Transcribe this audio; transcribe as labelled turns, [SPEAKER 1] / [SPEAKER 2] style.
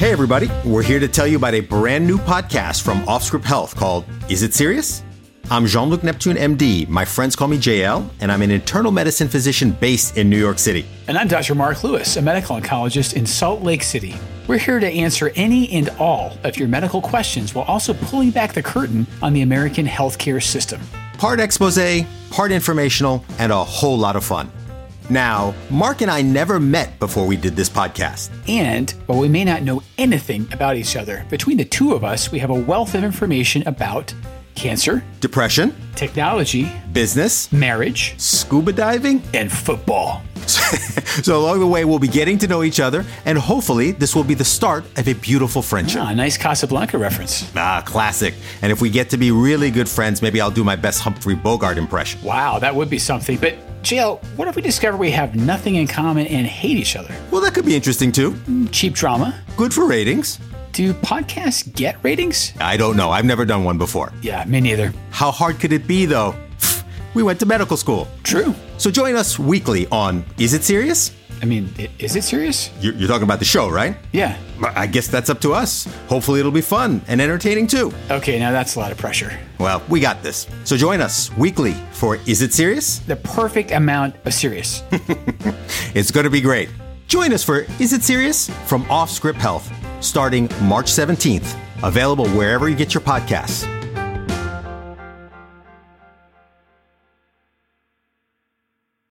[SPEAKER 1] everybody. We're here to tell you about a brand new podcast from Offscript Health called Is It Serious? I'm Jean Luc Neptune, MD. My friends call me JL, and I'm an internal medicine physician based in New York City.
[SPEAKER 2] And I'm Dr. Mark Lewis, a medical oncologist in Salt Lake City. We're here to answer any and all of your medical questions while also pulling back the curtain on the American healthcare system.
[SPEAKER 1] Part expose, part informational, and a whole lot of fun. Now, Mark and I never met before we did this podcast.
[SPEAKER 2] And while we may not know anything about each other, between the two of us, we have a wealth of information about cancer,
[SPEAKER 1] Depression,
[SPEAKER 2] technology,
[SPEAKER 1] business,
[SPEAKER 2] marriage,
[SPEAKER 1] scuba diving.
[SPEAKER 2] and football.
[SPEAKER 1] So, along the way, we'll be getting to know each other, and hopefully, this will be the start of a beautiful friendship.
[SPEAKER 2] Ah, nice Casablanca reference.
[SPEAKER 1] Ah, classic. And if we get to be really good friends, maybe I'll do my best Humphrey Bogart impression.
[SPEAKER 2] Wow, that would be something. But, JL, what if we discover we have nothing in common and hate each other?
[SPEAKER 1] Well, that could be interesting too.
[SPEAKER 2] Cheap drama?
[SPEAKER 1] Good for ratings.
[SPEAKER 2] Do podcasts get ratings?
[SPEAKER 1] I don't know. I've never done one before.
[SPEAKER 2] Yeah, me neither.
[SPEAKER 1] How hard could it be, though? We went to medical school.
[SPEAKER 2] True.
[SPEAKER 1] So join us weekly on Is It Serious?
[SPEAKER 2] I mean, i- is it serious?
[SPEAKER 1] You're, you're talking about the show, right?
[SPEAKER 2] Yeah.
[SPEAKER 1] I guess that's up to us. Hopefully, it'll be fun and entertaining too.
[SPEAKER 2] Okay, now that's a lot of pressure.
[SPEAKER 1] Well, we got this. So join us weekly for Is It Serious?
[SPEAKER 2] The perfect amount of serious.
[SPEAKER 1] It's going to be great. Join us for Is It Serious? from Off Script Health, starting March 17th. Available wherever you get your podcasts.